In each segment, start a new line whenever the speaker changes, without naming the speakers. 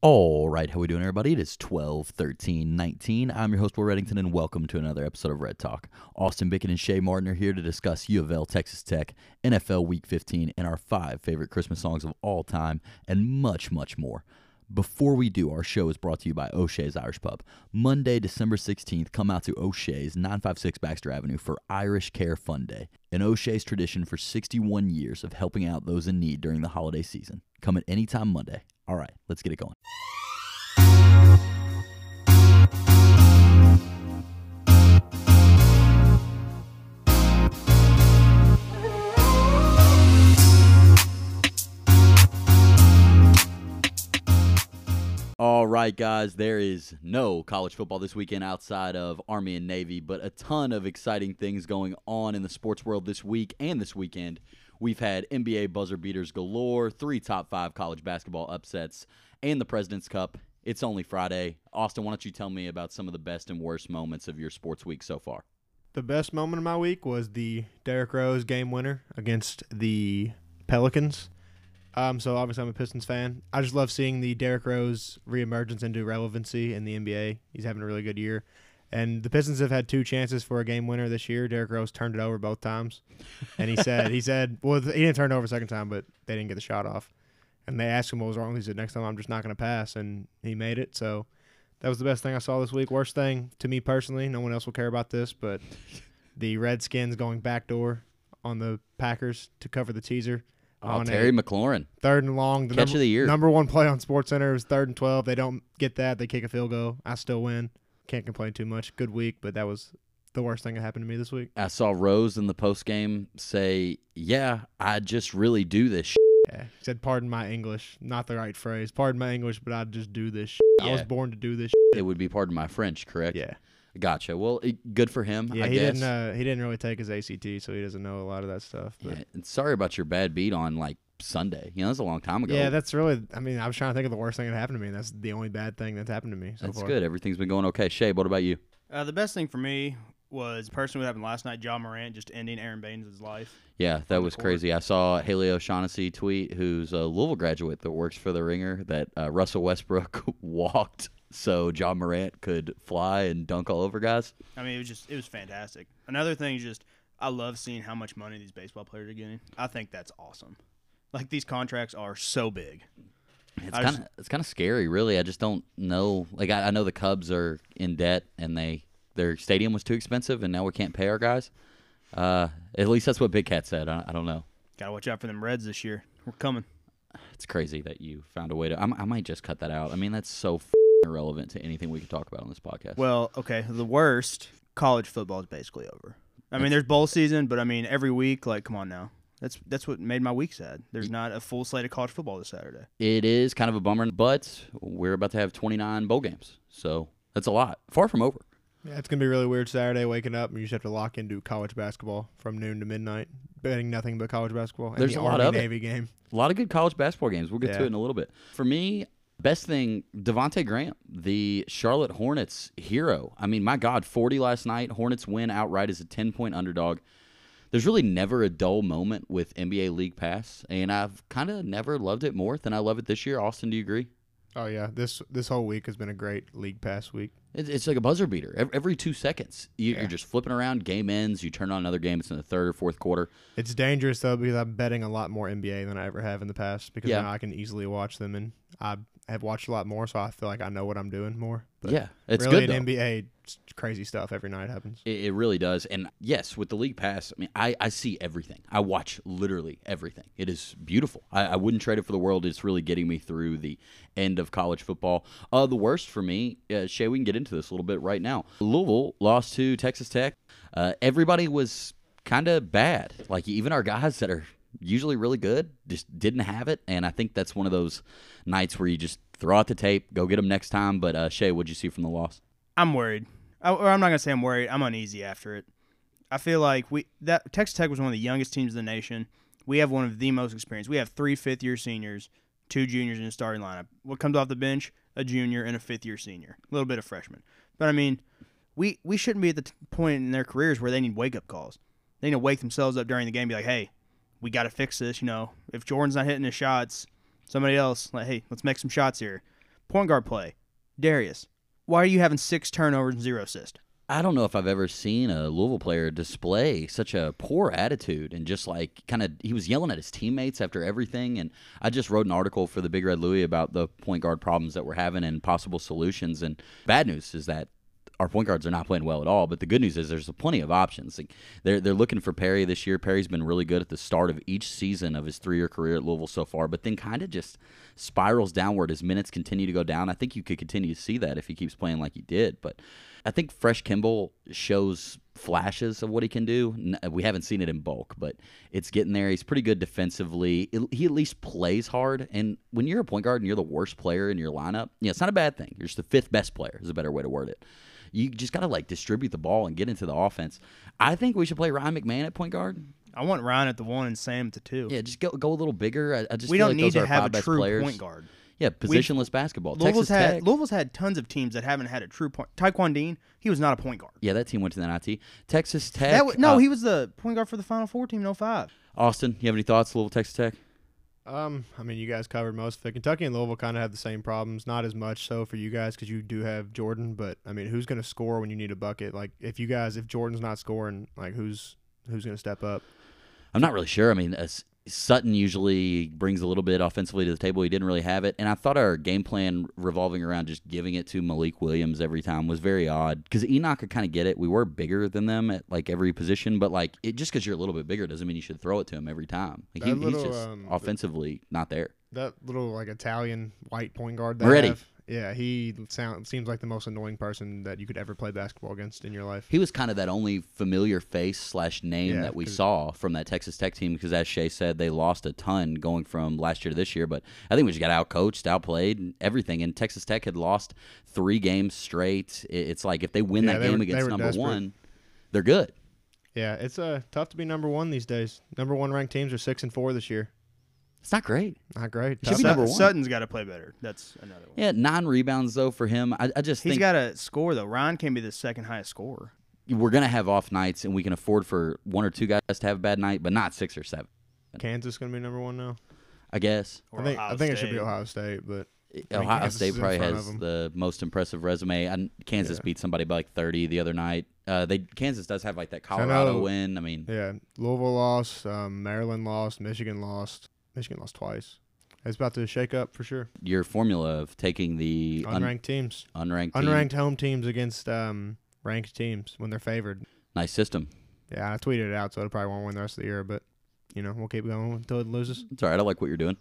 All right, how we doing, everybody? It is 12, 13, 19. I'm your host, Will Reddington, and welcome to another episode of Red Talk. Austin Bicken and Shay Martin are here to discuss U of L, Texas Tech, NFL Week 15, and our five favorite Christmas songs of all time, and much, much more. Before we do, our show is brought to you by O'Shea's Irish Pub. Monday, December 16th, come out to O'Shea's, 956 Baxter Avenue for Irish Care Fun Day, an O'Shea's tradition for 61 years of helping out those in need during the holiday season. Come at any time Monday. All right, let's get it going. All right, guys, there is no college football this weekend outside of Army and Navy, but a ton of exciting things going on in the sports world this week and this weekend. We've had NBA buzzer beaters galore, three top five college basketball upsets, and the President's Cup. It's only Friday. Austin, why don't you tell me about some of the best and worst moments of your sports week so far?
The best moment of my week was the Derrick Rose game winner against the Pelicans. Um, so obviously I'm a Pistons fan. I just love seeing the Derrick Rose reemergence into relevancy in the NBA. He's having a really good year. And the Pistons have had two chances for a game winner this year. Derrick Rose turned it over both times, and he said he said well he didn't turn it over the second time, but they didn't get the shot off. And they asked him what was wrong. He said next time I'm just not going to pass, and he made it. So that was the best thing I saw this week. Worst thing to me personally, no one else will care about this, but the Redskins going backdoor on the Packers to cover the teaser.
Oh,
on
Terry
a
McLaurin.
third and long. The
Catch
number,
of the year.
Number one play on Sports Center is third and twelve. They don't get that. They kick a field goal. I still win. Can't complain too much. Good week, but that was the worst thing that happened to me this week.
I saw Rose in the postgame say, Yeah, I just really do this shit.
Yeah. He said, "Pardon my English." Not the right phrase. Pardon my English, but I just do this. Sh-. I was
Yeah.
born to do this.
It would be pardon my French, correct?
Sh-. Yeah.
Gotcha. Well, it, good for him,
Yeah.
I
he
guess.
didn't. Uh, he didn't really take his ACT, so he doesn't know a lot of that stuff. But.
Yeah, and sorry about your bad beat on like Sunday. You know, that's a long time ago.
Yeah, that's really. I mean, I was trying to think of the worst thing that happened to me. and That's the only bad thing that's happened to me so
that's
far.
good. Everything's been going okay. Shabe, what about you?
Uh, the best thing for me was personally what happened last night. John Morant just ending Aaron Baines' life.
Yeah, that was
court.
crazy. I saw Haley O'Shaughnessy tweet, who's a Louisville graduate that works for the Ringer, that uh, Russell Westbrook walked so John Morant could fly and dunk all over guys.
I mean, it was just it was fantastic. Another thing is just I love seeing how much money these baseball players are getting. I think that's awesome. Like these contracts are so big.
It's
I just-
kind of it's kind of scary, really. I just don't know. Like I, I know the Cubs are in debt and they their stadium was too expensive, and now we can't pay our guys. Uh, at least that's what Big Cat said. I, I don't know.
Got to watch out for them Reds this year. We're coming.
It's crazy that you found a way to. I'm, I might just cut that out. I mean, that's so f- irrelevant to anything we could talk about on this podcast.
Well, okay, the worst college football is basically over. I mean, there's bowl season, but I mean every week, like, come on now. That's that's what made my week sad. There's not a full slate of college football this Saturday.
it is kind of a bummer, but we're about to have 29 bowl games, so that's a lot. Far from over.
Yeah, it's gonna be really weird Saturday waking up and you just have to lock into college basketball from noon to midnight, betting nothing but college basketball. And
There's
the
a lot
Army
of it.
Navy game.
A lot of good college basketball games. We'll get to
Yeah.
it in a little bit. For me, best thing Devonte Graham, the Charlotte Hornets hero. I mean, my God, 40 last night. Hornets win outright as a 10 point underdog. There's really never a dull moment with NBA League Pass, and I've kind of never loved it more than I love it this year. Austin, do you agree?
Oh yeah, this this whole week has been a great league pass week.
It's, it's like a buzzer beater. Every, every two seconds, you, you're just flipping around. Game ends. You turn on another game. It's in the third or fourth quarter.
It's dangerous though because I'm betting a lot more NBA than I ever have in the past because
Yeah.
now I can easily watch them and I have watched a lot more, so I feel like I know what I'm doing more. But
yeah, it's
really
good. Though.
in NBA, it's crazy stuff every night happens.
It, it really does. And yes, with the league pass, I mean, I, I see everything. I watch literally everything. It is beautiful. I, I wouldn't trade it for the world. It's really getting me through the end of college football. Uh, the worst for me, uh, Shay, we can get into this a little bit right now. Louisville lost to Texas Tech. Uh, everybody was kind of bad. Like, even our guys that are usually really good just didn't have it. And I think that's one of those nights where you just throw out the tape, go get them next time. But, uh, Shay, what'd you see from the loss?
I'm worried. I, or I'm not gonna say I'm worried. I'm uneasy after it. I feel like we that Texas Tech was one of the youngest teams in the nation. We have one of the most experienced. We have three fifth year seniors, two juniors in the starting lineup. What comes off the bench? A junior and a fifth year senior. A little bit of freshman. But I mean, we we shouldn't be at the t- point in their careers where they need wake up calls. They need to wake themselves up during the game. And be like, hey, we got to fix this. You know, if Jordan's not hitting his shots, somebody else. Like, hey, let's make some shots here. Point guard play. Darius, why are you having six turnovers and zero assists?
I don't know if I've ever seen a Louisville player display such a poor attitude and just like kind of he was yelling at his teammates after everything. And I just wrote an article for the Big Red Louie about the point guard problems that we're having and possible solutions. And bad news is that our point guards are not playing well at all. But the good news is there's plenty of options. Like they're they're looking for Perry this year. Perry's been really good at the start of each season of his three year career at Louisville so far, but then kind of just spirals downward as minutes continue to go down. I think you could continue to see that if he keeps playing like he did. But I think Fresh Kimball shows flashes of what he can do. N- We haven't seen it in bulk, but it's getting there. He's pretty good defensively. It- He at least plays hard. And when you're a point guard and you're the worst player in your lineup, yeah, it's not a bad thing. You're just the fifth best player is a better way to word it. You just got to like distribute the ball and get into the offense. I think we should play Ryan McMahon at point guard.
I want Ryan at the one and Sam at the two.
Yeah, just go go a little bigger. I, I just
we
feel
don't
like
need
those
to
are
have
five
a
best
true
players.
point guard.
Yeah, positionless basketball. Texas
Louisville's had
Tech.
Louisville's had tons of teams that haven't had a true point. Taekwon Dean, he was not a point guard.
yeah, that team went to the NIT. Texas Tech.
That wa- no,
uh,
he was the point guard for the Final Four team in 05.
Austin, you have any thoughts? Louisville, Texas Tech.
Um, I mean, you guys covered most of it. Kentucky and Louisville kind of have the same problems. Not as much so for you guys because you do have Jordan, but I mean, who's going to score when you need a bucket? Like, if you guys, if Jordan's not scoring, like, who's who's going to step up?
I'm not really sure. I mean, uh, S- Sutton usually brings a little bit offensively to the table. He didn't really have it, and I thought our game plan revolving around just giving it to Malik Williams every time was very odd because Enoch could kind of get it. We were bigger than them at like every position, but like it just because you're a little bit bigger doesn't mean you should throw it to him every time. Like, he,
That little,
he's just
um,
offensively not there.
That little like Italian white point guard. That
Moretti.
Yeah, he sound, seems like the most annoying person that you could ever play basketball against in your life.
He was kind of that only familiar face slash name
Yeah,
that we
'cause-
saw from that Texas Tech team because, as Shay said, they lost a ton going from last year to this year. But I think we just got outcoached, outplayed, and everything. And Texas Tech had lost three games straight. I- It's like if they win
Yeah,
that
they
game
were- they
against
were
number
desperate.
one, they're good.
Yeah, it's uh, tough to be number one these days. Number one ranked teams are six and four this year.
It's not great.
Not great.
Should be
Tough-
number one.
Sutton's got to play better. That's another one.
Yeah, nine rebounds though for him. I, I just
He's
think
got to score though. Ryan can be the second highest scorer.
we're gonna have off nights, and we can afford for one or two guys to have a bad night, but not six or seven.
Kansas going to be number one now.
I guess.
Or
I think I
Ohio
think it should
State.
be Ohio State, but I mean,
Ohio
Kansas
State
is in
probably
front of
has
'em.
the most impressive resume. And Kansas
Yeah.
beat somebody by like 30 the other night. Uh, they Kansas does have like that
know.
Colorado win. I mean,
Yeah, Louisville lost, um, Maryland lost, Michigan lost. Michigan lost twice. It's about to shake up for sure.
your formula of taking the un-
Unranked teams,
unranked, team-
unranked home teams against um, ranked teams when they're favored.
nice system.
Yeah, I tweeted it out, so it probably won't win the rest of the year. But you know, we'll keep going until it loses.
It's all right. I like what you're doing.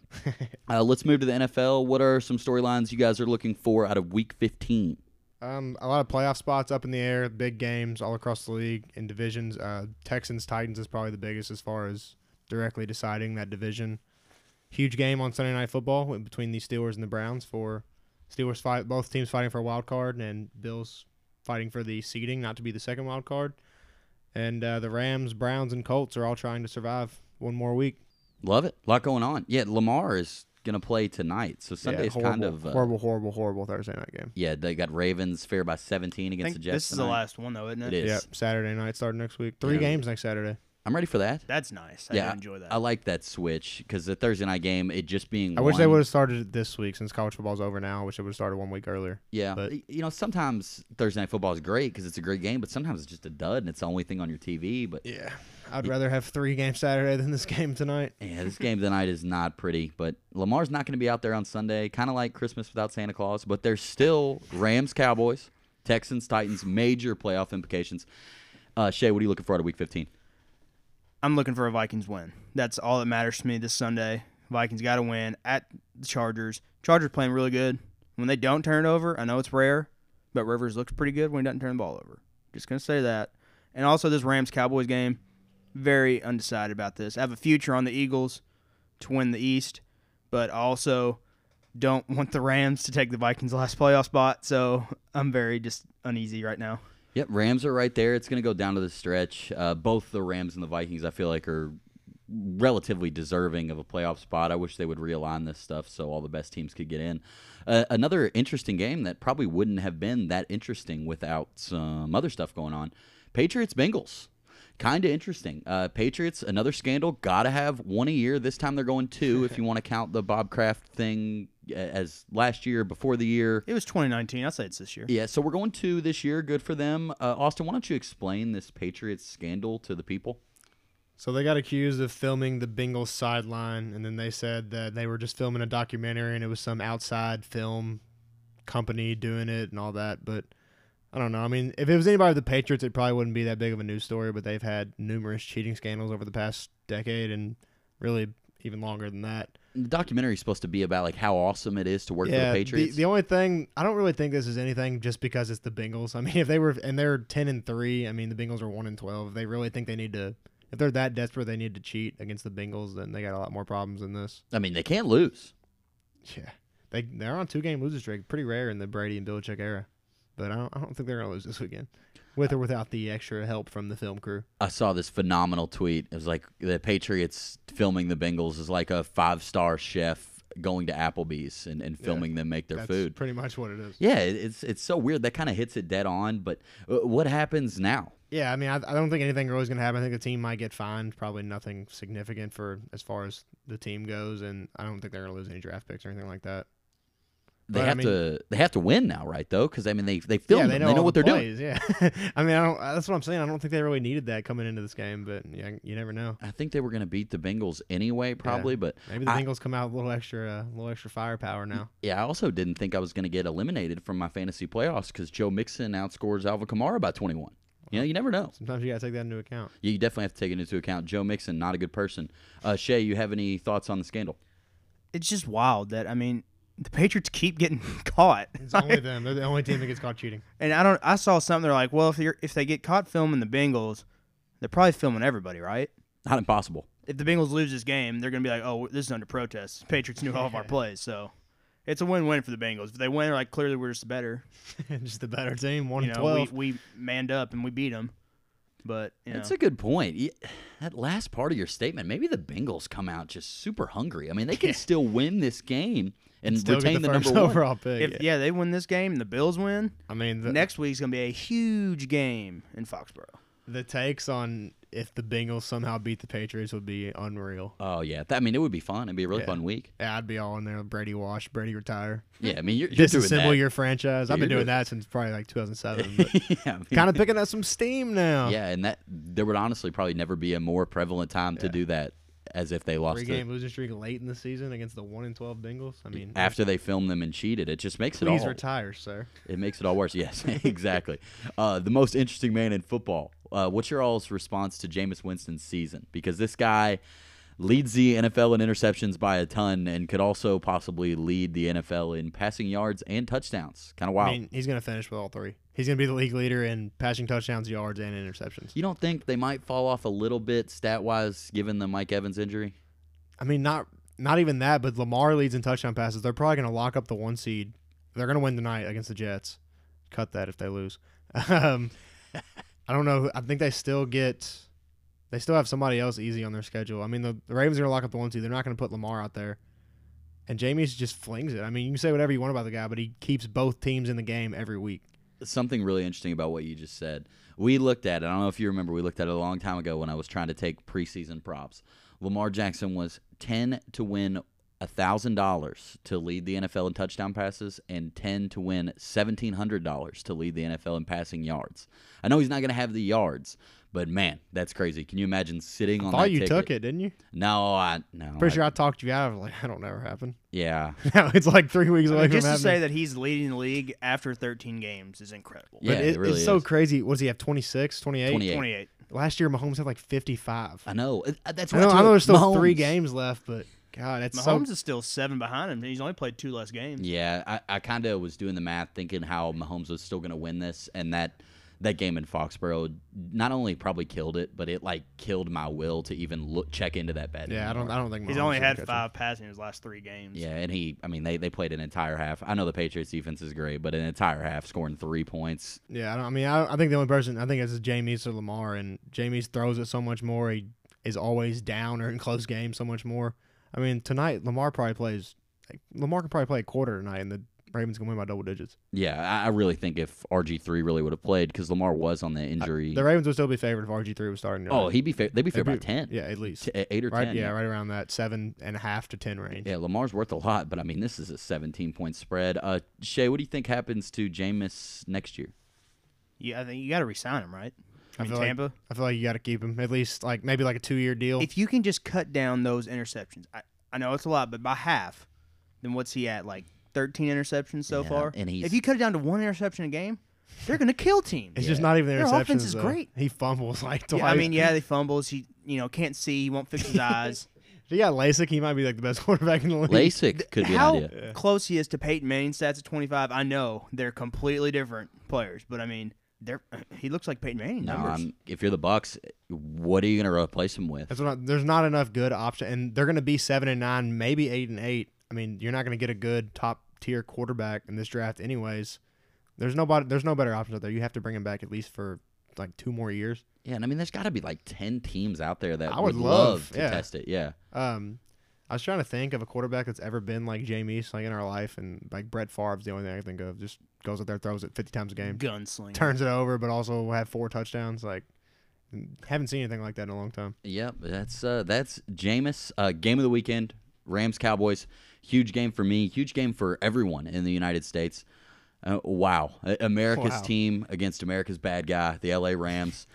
uh, let's move to the NFL. What are some storylines you guys are looking for out of Week 15?
Um, a lot of playoff spots up in the air, big games all across the league in divisions. Uh, Texans Titans is probably the biggest as far as directly deciding that division. Huge game on Sunday Night Football between the Steelers and the Browns for Steelers fight both teams fighting for a wild card and Bills fighting for the seeding not to be the second wild card. And uh, the Rams, Browns, and Colts are all trying to survive one more week.
Love it. A lot going on. Yeah, Lamar is gonna play tonight, so Sunday's
horrible,
kind of uh,
horrible, horrible, horrible Thursday night game.
Yeah, they got Ravens fair by 17
I
against
think
the Jets.
this is the
tonight.
last one though, isn't it?
It is.
Yeah, Saturday night starting next week. Three
Yeah.
games next Saturday.
I'm ready for that.
That's nice. I
Yeah,
do enjoy that.
I like that switch because the Thursday night game, it just being.
I wish they
one-
would have started it this week since college football's over now. I wish they would have started one week earlier.
Yeah,
But-
Y- you know, sometimes Thursday night football is great because it's a great game, but sometimes it's just a dud and it's the only thing on your TV. But
Yeah. I'd rather have three games Saturday than this game tonight.
yeah, this game tonight is not pretty. But Lamar's not going to be out there on Sunday, kind of like Christmas without Santa Claus. But there's still Rams, Cowboys, Texans, Titans, major playoff implications. Uh, Shay, what are you looking for out of Week 15?
I'm looking for a Vikings win. That's all that matters to me this Sunday. Vikings got to win at the Chargers. Chargers playing really good. When they don't turn it over, I know it's rare, but Rivers looks pretty good when he doesn't turn the ball over. Just gonna say that. And also this Rams Cowboys game, very undecided about this. I have a future on the Eagles to win the East, but also don't want the Rams to take the Vikings last playoff spot. So I'm very just uneasy right now.
Yep, Rams are right there. It's going to go down to the stretch. Uh, both the Rams and the Vikings, I feel like, are relatively deserving of a playoff spot. I wish they would realign this stuff so all the best teams could get in. Uh, another interesting game that probably wouldn't have been that interesting without some other stuff going on Patriots Bengals. Kind of interesting. Uh, Patriots, another scandal. Got to have one a year. This time they're going two if you want to count the Bob Kraft thing uh, as last year, before the year.
It was 2019. I'd say it's this year.
Yeah, so we're going to this year. Good for them. Uh, Austin, why don't you explain this Patriots scandal to the people?
So they got accused of filming the Bengals sideline, and then they said that they were just filming a documentary, and it was some outside film company doing it and all that. But I don't know. I mean, if it was anybody with the Patriots, it probably wouldn't be that big of a news story. But they've had numerous cheating scandals over the past decade, and really even longer than that.
The documentary is supposed to be about like how awesome it is to work for the Patriots.
The, only thing I don't really think this is anything just because it's the Bengals. I mean, if they were and they're ten and three, I mean the Bengals are one and twelve. If they really think they need to, if they're that desperate, they need to cheat against the Bengals, then they got a lot more problems than this.
I mean, they can't lose.
Yeah, they they're on two game losing streak, pretty rare in the Brady and Belichick era. But I don't, I don't think they're gonna lose this weekend, with or without the extra help from the film crew.
I saw this phenomenal tweet. It was like the Patriots filming the Bengals is like a five star chef going to Applebee's and, and filming them make their
That's
food.
pretty much what it is.
Yeah, it- it's it's so weird. That kind of hits it dead on. But uh, what happens now?
Yeah, I mean, I, I don't think anything really is going to happen. I think the team might get fined, probably nothing significant for as far as the team goes, and I don't think they're going to lose any draft picks or anything like that.
They
But, I
have
mean-
to they have to win now, right? Though, because I mean they they filmed
yeah,
them. They know
all
what
the
they're doing.
plays, Yeah, I mean, I don't. uh, That's what I'm saying. I don't think they really needed that coming into this game, but yeah, you never know.
I think they were going to beat the Bengals anyway, probably. But
Maybe the
I-
Bengals come out with a little extra, uh, little extra firepower now.
yeah, I also didn't think I was going to get eliminated from my fantasy playoffs because Joe Mixon outscores Alvin Kamara by 21. You know, you never know.
Sometimes you got to take that into account.
You definitely have to take it into account. Joe Mixon, not a good person. Uh, Shay, you have any thoughts on the scandal?
It's just wild that I mean, the Patriots keep getting caught.
It's only them. They're the only team that gets caught cheating.
And I don't. I saw something. They're like, well, if you're if they get caught filming the Bengals, they're probably filming everybody, right?
Not impossible.
If the Bengals lose this game, they're gonna be like, oh, this is under protest. Patriots knew all of our plays, so it's a win-win for the Bengals. If they win, they're like, clearly we're just better.
Just the better team, one
You
and
know, we,
twelve.
we manned up and we beat them. But you know,
That's a good point. Y- That last part of your statement, maybe the Bengals come out just super hungry. I mean, they can still win this game and
Still get
retain
the,
the,
first
number one.
overall pick.
if
yeah.
yeah, they win this game and the Bills win,
I mean, the,
next week's gonna be a huge game in Foxborough.
the takes on if the Bengals somehow beat the Patriots would be unreal.
Oh yeah, That- I mean, it would be fun. It'd be a really
Yeah.
fun week.
Yeah, I'd be all in there. Brady wash, Brady retire,
Yeah, I mean, you're, you're doing
disassemble
that.
your franchise. I've
You're
been doing
doing-
that since probably like 2007.
yeah, I mean-
kind of picking up some steam now.
yeah, and that there would honestly probably never be a more prevalent time to do that as if they lost
three
it
game losing streak late in the season against the one and 12 Bengals. I mean,
after they filmed them and cheated. It just makes it
please
all
retire, sir.
it makes it all worse. Yes, exactly. Uh, the most interesting man in football. Uh, what's your all's response to Jameis Winston's season? Because this guy leads the NFL in interceptions by a ton and could also possibly lead the NFL in passing yards and touchdowns. Kind of wild.
I mean, he's gonna finish with all three. He's gonna be the league leader in passing touchdowns, yards, and interceptions.
you don't think they might fall off a little bit stat wise given the Mike Evans injury?
I mean, not not even that, but Lamar leads in touchdown passes. They're probably gonna lock up the one seed. They're gonna win tonight against the Jets. Cut that if they lose. Um, I don't know. I think they still get. They still have somebody else easy on their schedule. I mean, the, the Ravens are gonna lock up the one seed. They're not gonna put Lamar out there. And Jamie's just flings it. I mean, you can say whatever you want about the guy, but he keeps both teams in the game every week.
something really interesting about what you just said. We looked at it. I don't know if you remember. We looked at it a long time ago when I was trying to take preseason props. Lamar Jackson was ten to win thousand dollars to lead the NFL in touchdown passes, and ten to win seventeen hundred dollars to lead the NFL in passing yards. I know he's not going to have the yards, but man, that's crazy. Can you imagine sitting on?
Thought
that
you
ticket?
took it, didn't you?
No, I no.
Pretty
I-
sure I talked you out of it, like I don't never happen.
Yeah,
Now it's like three weeks
I
away
mean,
from
just to
happening.
say that he's leading the league after 13 games is incredible.
Yeah,
but
it
it,
really
it's so
is.
crazy. What does he have? 26, 28?
28.
28.
Last year, Mahomes had like 55.
I know. Uh, That's
I
what
know, I know there's still three
Mahomes.
games left, but God, that's
Mahomes
so.
is still seven behind him. He's only played two less games.
Yeah, I, I kind of was doing the math, thinking how Mahomes was still going to win this, and that that game in Foxborough not only probably killed it, but it like killed my will to even look check into that bet.
Yeah, I don't. I don't think
He's
Mahomes
only
is gonna
had
catch
five passing in his last three games.
Yeah, and he, I mean, they, they played an entire half. I know the Patriots defense is great, but an entire half scoring three points.
it. Yeah, I, don't, I mean, I, I think the only person I think it's Jamie's or Lamar, and Jamie's throws it so much more. He is always down or in close games so much more. I mean, tonight Lamar probably plays. Like, Lamar can probably play a quarter tonight, and the Ravens gonna win by double digits.
Yeah, I- I really think if RG three really would have played because Lamar was
Uh,
on the injury.
The Ravens would still be favored if RG three was starting.
oh, he'd be fair. They'd be fair by
They'd be-
ten.
yeah, at least
T- eight or
right.
ten.
yeah, right around that seven and a half to ten range.
Yeah, Lamar's worth a lot, but I mean, this is a 17 point spread. Uh, Shay, what do you think happens to Jameis next year?
Yeah, I think you got to resign him, right?
I
I mean,
feel like-
Tampa.
I feel like you got to keep him at least like maybe like a two year deal.
if you can just cut down those interceptions, I, I know it's a lot, but by half, then what's he at? Like 13 interceptions so
Yeah,
far?
and he's-
if you cut it down to one interception a game, they're going to kill teams.
it's just not even
Their
interceptions.
offense is
though.
great.
He fumbles like twice.
Yeah, I mean, yeah, they fumbles. He, you know, can't see. He won't fix his eyes.
If he got LASIK. He might be like the best quarterback in the league.
LASIK could be
How
an idea.
close he is to Peyton Manning stats at 25, I know they're completely different players, but I mean, they're he looks like Peyton Manning
No,
numbers.
I'm, if you're the Bucks, what are you going to replace him with?
That's what I, there's not enough good option, and they're going to be seven and nine, maybe eight and eight. I mean, you're not going to get a good top tier quarterback in this draft, anyways. There's nobody. There's no better options out there. You have to bring him back at least for like two more years.
Yeah, and I mean, there's got to be like 10 teams out there that
I would
love,
love,
to
yeah.
test it. Yeah.
Um, I was trying to think of a quarterback that's ever been like Jameis, like in our life, and like Brett Favre's the only thing I can think of. Just goes out there, throws it 50 times a game,
Gunslinger.
turns it over, but also will have four touchdowns. Like, haven't seen anything like that in a long time.
Yep, that's uh, that's Jameis. Uh, game of the weekend, Rams Cowboys. Huge game for me. Huge game for everyone in the United States. Uh, wow, A- America's
Wow.
team against America's bad guy, the LA Rams.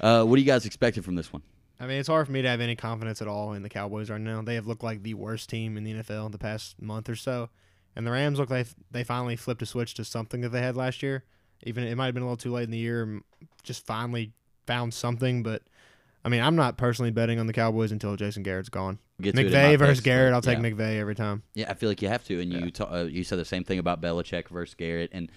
Uh, what do you guys expecting from this one?
I mean, it's hard for me to have any confidence at all in the Cowboys right now. They have looked like the worst team in the NFL in the past month or so, and the Rams look like they finally flipped a switch to something that they had last year. Even it might have been a little too late in the year, m- just finally found something. But I mean, I'm not personally betting on the Cowboys until Jason Garrett's gone.
We'll get to it in my
McVay versus
picks, but
Garrett, I'll take
yeah.
McVay every time.
Yeah, I feel like you have to, and you ta- uh, you said the same thing about Belichick versus Garrett, and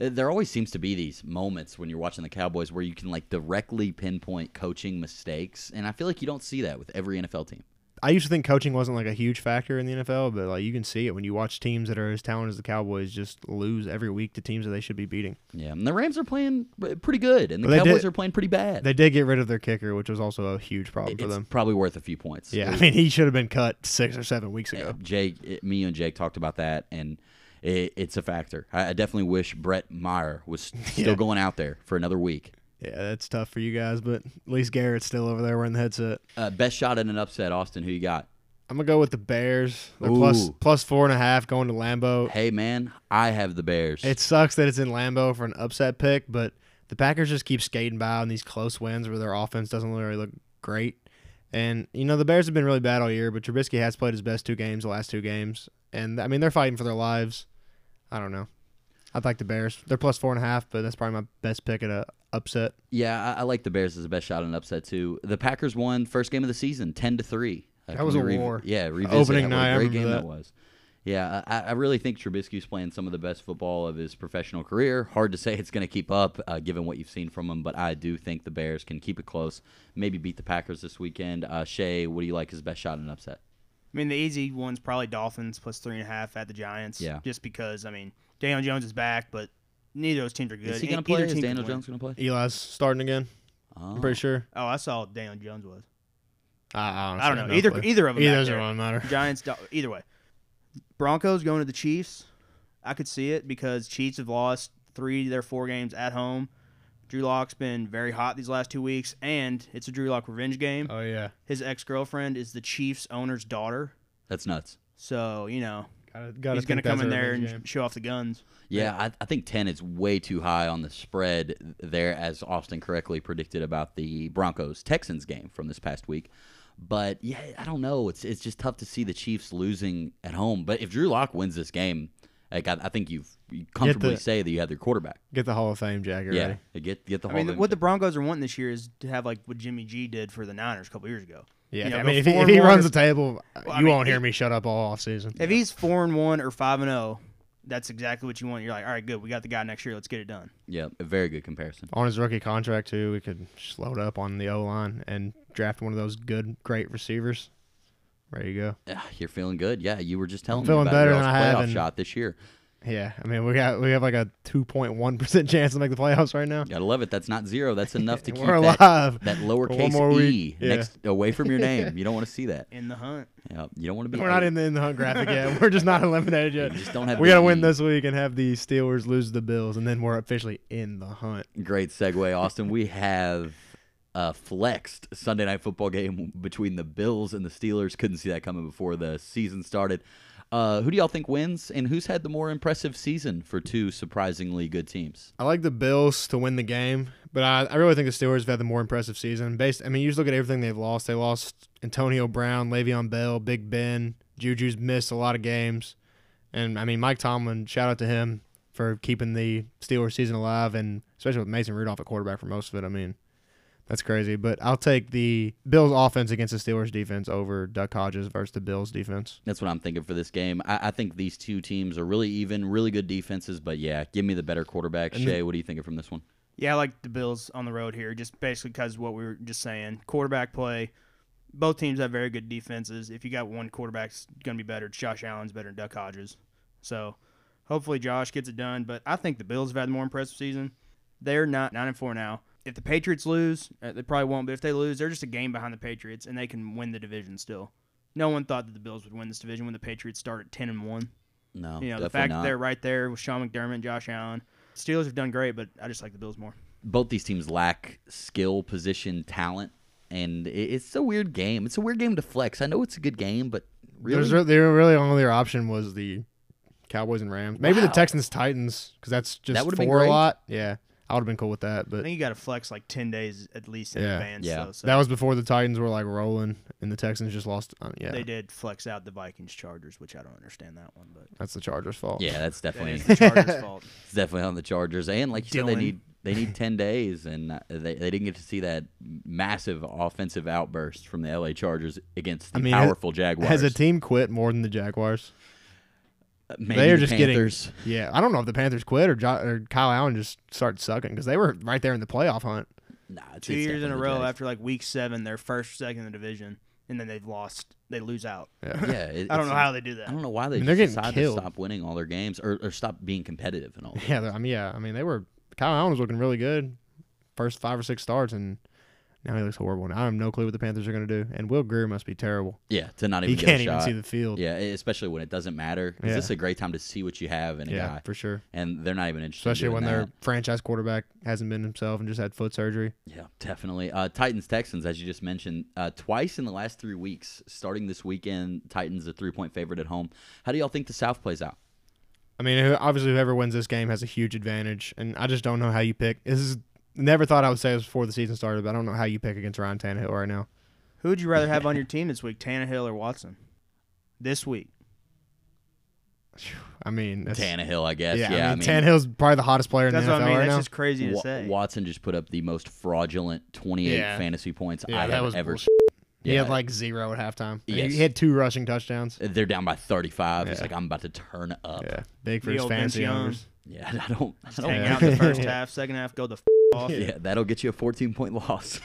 uh, there always seems to be these moments when you're watching the Cowboys where you can like directly pinpoint coaching mistakes, and I feel like you don't see that with every NFL team.
I used to think coaching wasn't like a huge factor in the NFL, but like you can see it when you watch teams that are as talented as the Cowboys just lose every week to teams that they should be beating.
Yeah, and the Rams are playing uh, pretty good, and the
Well, they
Cowboys
did-
are playing pretty bad.
They did get rid of their kicker, which was also a huge problem for
it's
them.
probably worth a few points. Uh,
Yeah, I mean, he should have been cut six or seven weeks ago.
Jake, it- me and Jake talked about that, and it, it's a factor. I, I definitely wish Brett Meyer was still
Yeah.
going out there for another week.
Yeah, that's tough for you guys, but at least Garrett's still over there wearing the headset.
Uh, best shot at an upset, Austin. Who you got?
I'm gonna go with the Bears. They're plus
Ooh.
plus four and a half going to Lambeau.
Hey man, I have the Bears.
It sucks that it's in Lambeau for an upset pick, but the Packers just keep skating by on these close wins where their offense doesn't really look great. And you know the Bears have been really bad all year, but Trubisky has played his best two games, the last two games, and I mean they're fighting for their lives. I don't know. I'd like the Bears. They're plus four and a half, but that's probably my best pick at a upset.
yeah, I, I like the Bears as the best shot at an upset too. The Packers won first game of the season, ten to three. Uh,
That
can
was
we
a
revi-
war.
Yeah, revisit
Opening
how-
night,
What
I
a great
remember
game that
that.
was. Yeah, I, I really think Trubisky's playing some of the best football of his professional career. Hard to say it's going to keep up, uh, given what you've seen from him. But I do think the Bears can keep it close. Maybe beat the Packers this weekend. Uh, Shea, what do you like his best shot in an upset?
I mean, the easy one's probably Dolphins plus three and a half at the Giants.
Yeah.
Just because, I mean, Daniel Jones is back, but neither of those teams are good.
Is he
E-
going to play?
either
Is
team could
Daniel
win.
Jones going to play?
Eli's starting again.
Oh.
I'm pretty sure.
Oh, I saw Daniel Jones was.
I,
I don't know. Either either of them.
either
back
doesn't
there.
really matter.
Giants, Dol- either way. Broncos going to the Chiefs. I could see it because Chiefs have lost three of their four games at home. Drew Lock's been very hot these last two weeks, and it's a Drew Lock revenge game.
Oh yeah,
His ex girlfriend is the Chiefs owner's daughter,
That's nuts.
so you know
gotta, gotta
he's going to
think
come
that's
in
a
there and
revenge game.
sh- show off the guns.
Yeah, I, I think 10 is way too high on the spread there, as Austin correctly predicted about the Broncos Texans game from this past week. But yeah, I don't know. It's it's just tough to see the Chiefs losing at home. But if Drew Lock wins this game, like I, I think you've, you comfortably say that you have their quarterback.
get the Hall of Fame jacket
Yeah,
ready.
get get the
I
whole.
mean, what the Broncos are wanting this year is to have like what Jimmy G did for the Niners a couple years ago.
Yeah,
You know,
I
go
mean, if he,
four
if
and
he
one
runs
or-
the table,
I
you
mean,
won't
he-
hear me shut up all offseason.
If he's four and one or five and zero, that's exactly what you want. You're like, all right, good, we got the guy next year. Let's get it done.
yeah, a very good comparison.
on his rookie contract too, we could just load up on the O line and draft one of those good, great receivers. There you go.
Ah, You're feeling good. Yeah, you were just telling me
feeling
about
better
your
than I
playoff
have in-
shot this year.
Yeah, I mean we got we have like a two point one percent chance to make the playoffs right now.
Gotta love it. That's not zero. That's enough to keep
We're
that,
alive.
that
One
lowercase
more
e
week. Yeah.
next away from your name. You don't want to see that.
in the hunt.
Yep. You don't want to be.
We're not in the, in the hunt graphic yet. We're just not eliminated
You
yet.
just don't have.
We
the
got to win
E.
this week and have the Steelers lose the Bills, and then we're officially in the hunt.
Great segue, Austin. We have a flexed Sunday night football game between the Bills and the Steelers. Couldn't see that coming before the season started. Uh, who do y'all think wins, and who's had the more impressive season for two surprisingly good teams?
I like the Bills to win the game, but I, I really think the Steelers have had the more impressive season. Based, I mean, you just look at everything they've lost. They lost Antonio Brown, Le'Veon Bell, Big Ben. Juju's missed a lot of games, and I mean Mike Tomlin. Shout out to him for keeping the Steelers season alive, and especially with Mason Rudolph at quarterback for most of it. I mean, that's crazy. But I'll take the Bills offense against the Steelers defense over Duck Hodges versus the Bills defense.
That's what I'm thinking for this game. I, I think these two teams are really even, really good defenses, but yeah, give me the better quarterback.
And the-
Shay, what are you thinking from this one?
Yeah, I like the Bills on the road here, just basically because what we were just saying. Quarterback play. Both teams have very good defenses. If you got one quarterback's going to be better, Josh Allen's better than Duck Hodges. So hopefully Josh gets it done. But I think the Bills have had a more impressive season. They're not 9 and 4 now. If the Patriots lose, uh, they probably won't, but if they lose, they're just a game behind the Patriots and they can win the division still. No one thought that the Bills would win this division when the Patriots started 10 and 1
No,
you know,
definitely
the fact
not.
that they're right there with Sean McDermott and Josh Allen. Steelers have done great, but I just like the Bills more.
both these teams lack skill, position, talent, and it, it's a weird game. It's a weird game to flex. I know it's a good game, but really,
There's re- their really only other option was the Cowboys and Rams. Maybe the
Wow.
Texans Titans because that's just
That would've been
four a
great.
lot. Yeah, I would have been cool with that,
I
but
think you got to flex like 10 days at least in
Yeah.
advance.
Yeah.
Though, so
that was before the Titans were like rolling and the Texans just lost. uh, yeah,
they did flex out the Vikings Chargers, which I don't understand that one, but
that's the Chargers' fault.
yeah, that's
that
definitely
is the Chargers' fault.
It's definitely on the Chargers, and like you said,
Dylan.
they need they need ten days, and uh, they, they didn't get to see that massive offensive outburst from the LA Chargers against the
I mean, has-
powerful Jaguars.
Has a team quit more than the Jaguars?
Uh, maybe
they are
the
just getting-
Panthers.
Yeah, I don't know if the Panthers quit or, jo- or Kyle Allen just started sucking because they were right there in the playoff hunt.
Nah, it's-
Two
it's
years in a
definitely
row
Jags.
after like week seven, they're first, second in the division, and then they've lost. They lose out.
Yeah.
Yeah, it-
I don't
it's-
know how they do
I
that.
don't know why they
I mean, they're
just
getting
decided
killed.
to stop winning all their games or, or stop being competitive and all.
Yeah, I mean, yeah, I mean, they were Kyle Allen was looking really good, first five or six starts, and now he looks horrible. And I have no clue what the Panthers are going to do. And Will Greer must be terrible.
Yeah, to not even
He
get a
can't even
shot.
see the field.
Yeah, e- especially when it doesn't matter. 'cause
Yeah.
This is a great time to see what you have in a
Yeah,
guy,
for sure.
and they're not even interested. in
Especially
doing
when their
that.
franchise quarterback hasn't been himself and just had foot surgery.
Yeah, definitely. Uh, Titans Texans, as you just mentioned, uh, twice in the last three weeks. Starting this weekend, Titans a three point favorite at home. How do y'all think the South plays out?
I mean, who- obviously, whoever wins this game has a huge advantage, and I just don't know how you pick. This is never thought I would say this before the season started, but I don't know how you pick against Ryan Tannehill right now.
Who would you rather have on your team this week, Tannehill or Watson? This week,
I mean, that's,
Tannehill, I guess.
yeah,
Yeah,
I mean, Tannehill's probably the hottest player in
that's
the NFL
what I mean.
right
That's
now.
just crazy to
Wa-
say.
Watson just put up the most fraudulent twenty eight
Yeah.
fantasy points
Yeah,
I
that
have
was
ever.
bullshit. He had like zero at halftime. And
Yes.
He had two rushing touchdowns.
they're down by thirty five. It's
Yeah.
like I'm about to turn up. Yeah,
Yeah, big for
The
his
old Vince
fantasy
Young.
owners.
I don't. I don't
Hang
yeah.
out in the first
Yeah.
half, second half, go the f- off.
Yeah. that'll get you a 14 point loss.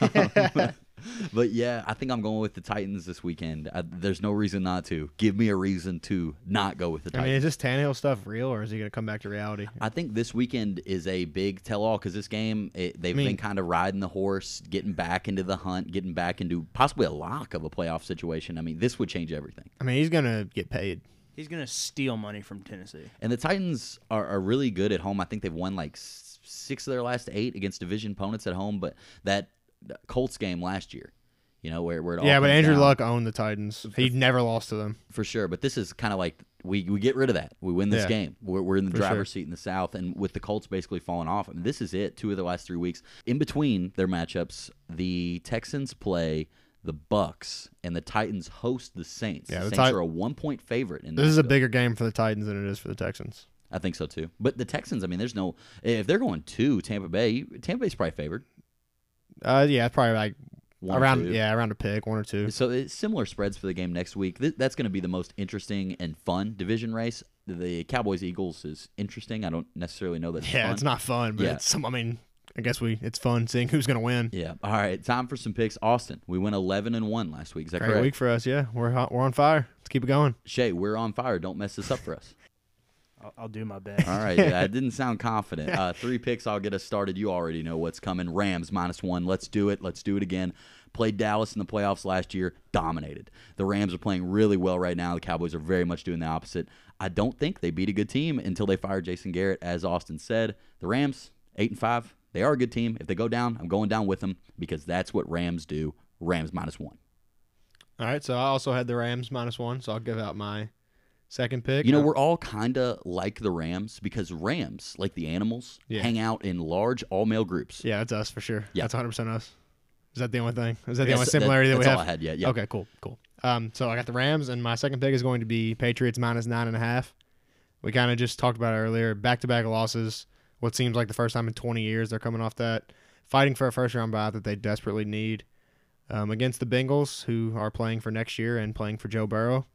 but yeah, I think I'm going with the Titans this weekend. I, there's no reason not to. Give me a reason to not go with the
I
Titans.
mean, is this Tannehill stuff real, or is he going to come back to reality?
I think this weekend is a big tell-all because this game it, they've
I mean-
been kind of riding the horse, getting back into the hunt, getting back into possibly a lock of a playoff situation. I mean, this would change everything.
I mean, he's going to get paid.
He's gonna steal money from Tennessee.
And the Titans are, are really good at home. I think they've won like s- six of their last eight against division opponents at home. But that Colts game last year, you know, where, where it all
Yeah, but
comes
Andrew
down.
Luck owned the Titans. He never lost to them.
for sure. But this is kind of like we, we get rid of that. We win this
Yeah.
game. We're, we're in the
For
driver's
sure.
seat in the South, and with the Colts basically falling off, I mean, this is it. Two of the last three weeks in between their matchups, the Texans play the Bucks, and the Titans host the Saints.
Yeah,
the,
the
Saints
Ti-
are a one point favorite. In
This is a
Nashville.
bigger game for the Titans than it is for the Texans.
I think so too. But the Texans, I mean, there's no if they're going to Tampa Bay, Tampa Bay's probably favored.
Uh, yeah, it's probably like
One or
around
two.
yeah around a pick one or two.
So it's similar spreads for the game next week. Th- that's going to be the most interesting and fun division race. The Cowboys Eagles is interesting. I don't necessarily know that's
yeah,
fun.
it's not fun, but
Yeah.
it's some. I mean, I guess we it's fun seeing who's gonna win.
Yeah. All right. Time for some picks. Austin, we went 11 and 1 last week. Is that
Great
correct?
week for us. Yeah, we're hot, we're on fire. Let's keep it going.
Shay, we're on fire. Don't mess this up for us.
I'll, I'll do my best.
All right, yeah, I didn't sound confident. Uh, three picks, I'll get us started. You already know what's coming. Rams minus one. Let's do it. Let's do it again. Played Dallas in the playoffs last year, dominated. The Rams are playing really well right now. The Cowboys are very much doing the opposite. I don't think they beat a good team until they fire Jason Garrett, as Austin said. The Rams, eight and five. They are a good team. If they go down, I'm going down with them because that's what Rams do. Rams minus one.
All right, so I also had the Rams minus one, so I'll give out my second pick.
You know, we're all kind of like the Rams because Rams, like the animals,
Yeah.
hang out in large all male groups.
yeah, that's us for sure.
Yeah.
that's 100 percent us. Is that the only thing? Is that the
Yes,
only similarity that, we
that's
have?
all I had yet. Yeah.
Okay, cool, cool. Um, so I got the Rams, and my second pick is going to be Patriots minus nine and a half. We kind of just talked about it earlier. Back to back losses. What seems like the first time in 20 years they're coming off that, fighting for a first round bye that they desperately need um, against the Bengals, who are playing for next year and playing for Joe Burrow.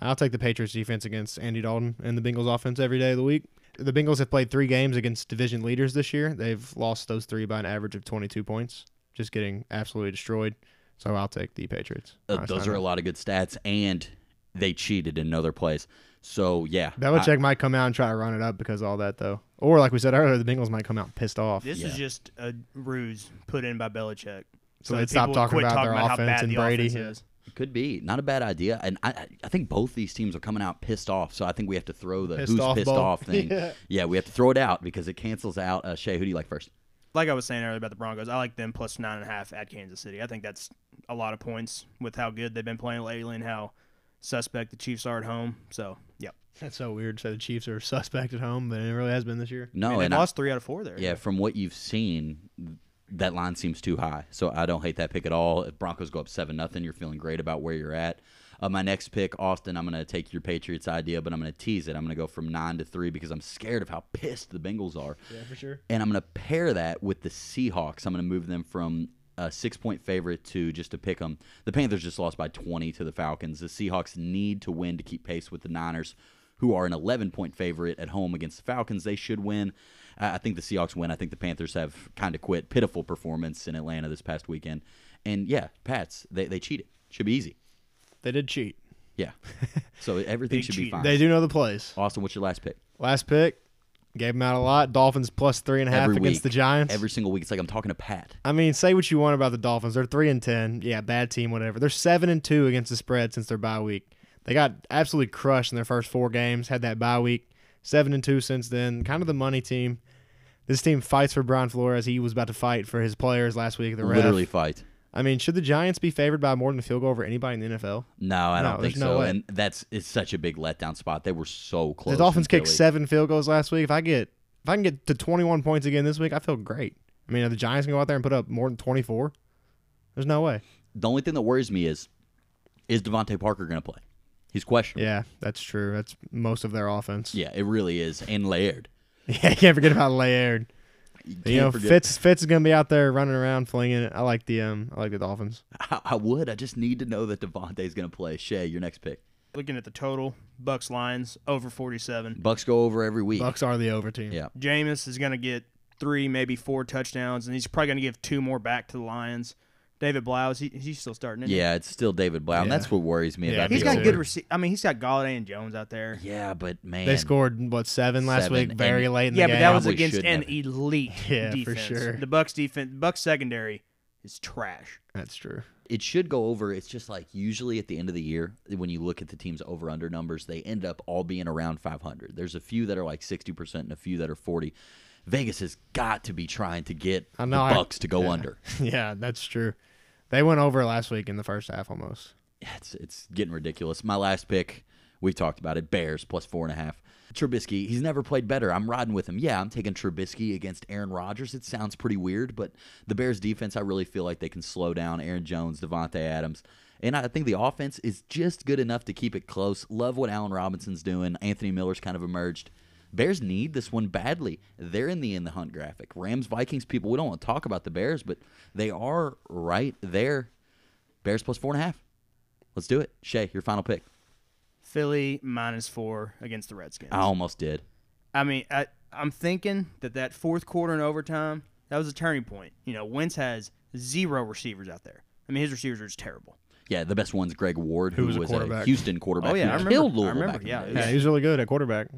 I'll take the Patriots defense against Andy Dalton and the Bengals offense every day of the week. The Bengals have played three games against division leaders this year. They've lost those three by an average of 22 points, just getting absolutely destroyed. So I'll take the Patriots.
Uh,
Nice
those
time.
are a lot of good stats, and they cheated in other plays. So yeah, I-
Belichick might come out and try to run it up because of all that though. Or like we said earlier, the Bengals might come out pissed off.
This is
Yeah.
just a ruse put in by Belichick.
So
that
they'd stop
people would
talking
quit
about their
how
offense
bad
and
the
Brady.
offense is.
could be not a bad idea. And I- I, I think both these teams are coming out pissed off. So I think we have to throw the
Pissed
who's
off
pissed
ball.
off thing. yeah.
Yeah.
we have to throw it out because it cancels out. Uh, Shay, who do you like first?
Like I was saying earlier about the Broncos, I like them plus nine and a half at Kansas City. I think that's a lot of points with how good they've been playing lately and how suspect the Chiefs are at home. So, yeah.
That's so weird. So the Chiefs are suspect at home, but it really has been this year.
No,
I mean,
Oh, and
they
I-
lost three out of four there.
yeah, from what you've seen, that line seems too high. So I don't hate that pick at all. If Broncos go up seven nothing, you're feeling great about where you're at. Uh, my next pick, Austin, I'm going to take your Patriots idea, but I'm going to tease it. I'm going to go from nine to three because I'm scared of how pissed the Bengals are.
Yeah, for sure.
And I'm going to pair that with the Seahawks. I'm going to move them from a six point favorite to just to pick them. The Panthers just lost by 20 to the Falcons. The Seahawks need to win to keep pace with the Niners, who are an 11 point favorite at home against the Falcons. They should win. I I think the Seahawks win. I think the Panthers have kind of quit. Pitiful performance in Atlanta this past weekend. And yeah, Pats, they, they cheated. Should be easy.
They did cheat.
Yeah. So everything
Big
should be
cheat.
fine.
They do know the plays.
Austin, what's your last pick?
Last pick, gave them out a lot. Dolphins plus three and a half
Every
against
week.
the Giants.
Every single week, it's like I'm talking to Pat.
I mean, say what you want about the Dolphins. They're three and ten. Yeah, bad team, whatever. They're seven and two against the spread since their bye week. They got absolutely crushed in their first four games. Had that bye week. Seven and two since then. Kind of the money team. This team fights for Brian Flores. He was about to fight for his players last week. The ref.
Literally fight.
I mean, should the Giants be favored by more than a field goal over anybody in the NFL?
No, I
No,
don't think
there's no
so.
way.
And that's it's such a big letdown spot. They were so close.
the Dolphins
in Philly.
kicked seven field goals last week. If I get if I can get to 21 points again this week, I feel great. I mean, are the Giants gonna go out there and put up more than 24? There's no way.
The only thing that worries me is is Devontae Parker going to play? He's questionable.
Yeah, that's true. That's most of their offense.
Yeah. it really is. And Laird.
Yeah, you can't forget about Laird.
You, can't
You know,
forget.
Fitz Fitz is gonna be out there running around flinging it. I like the um, I like the Dolphins.
I, I would. I just need to know that Devontae's going to play. Shay, your next pick.
Looking at the total, Bucks Lions over 47.
Bucks go over every week.
Bucks are the over team.
Yeah.
Jameis is going to get three, maybe four touchdowns, and he's probably going to give two more back to the Lions. David Blouse, he, he's still starting. Isn't he?
Yeah, it's still David Blau. and
Yeah.
That's what worries me
Yeah,
about
he's
the
got
over.
good. Rece- I mean, he's got Galladay and Jones out there.
Yeah, but man.
They scored what seven last
Seven,
week, very
and-
late in the
yeah,
game.
but that was
Probably
against
should
an
never.
elite
Yeah, for
defense.
sure.
The Bucks defense, Bucks secondary is trash.
that's true.
it should go over. It's just like usually at the end of the year, when you look at the team's over under numbers, they end up all being around 500. There's a few that are like 60% and a few that are 40. Vegas has got to be trying to get
I
the
know, I-
Bucks to go
yeah.
under.
yeah, that's true. They went over last week in the first half almost.
It's, it's getting ridiculous. My last pick, we've talked about it Bears plus four and a half. Trubisky, he's never played better. I'm riding with him. Yeah, I'm taking Trubisky against Aaron Rodgers. It sounds pretty weird, but the Bears defense, I really feel like they can slow down Aaron Jones, Devontae Adams. And I think the offense is just good enough to keep it close. Love what Allen Robinson's doing. Anthony Miller's kind of emerged. Bears need this one badly. They're in the in the hunt graphic. Rams, Vikings, people, we don't want to talk about the Bears, but they are right there. Bears plus four and a half. Let's do it. Shay, your final pick.
Philly minus four against the Redskins.
I almost did.
I mean, I, I'm thinking that that fourth quarter in overtime, that was a turning point. You know, Wentz has zero receivers out there. I mean, his receivers are just terrible.
Yeah, the best one's Greg Ward,
Who was a
was
quarterback.
Houston quarterback.
Oh, yeah,
who
I remember-
killed
I
Louisville
remember,
back in the
yeah.
day.
Yeah, he was really good at quarterback.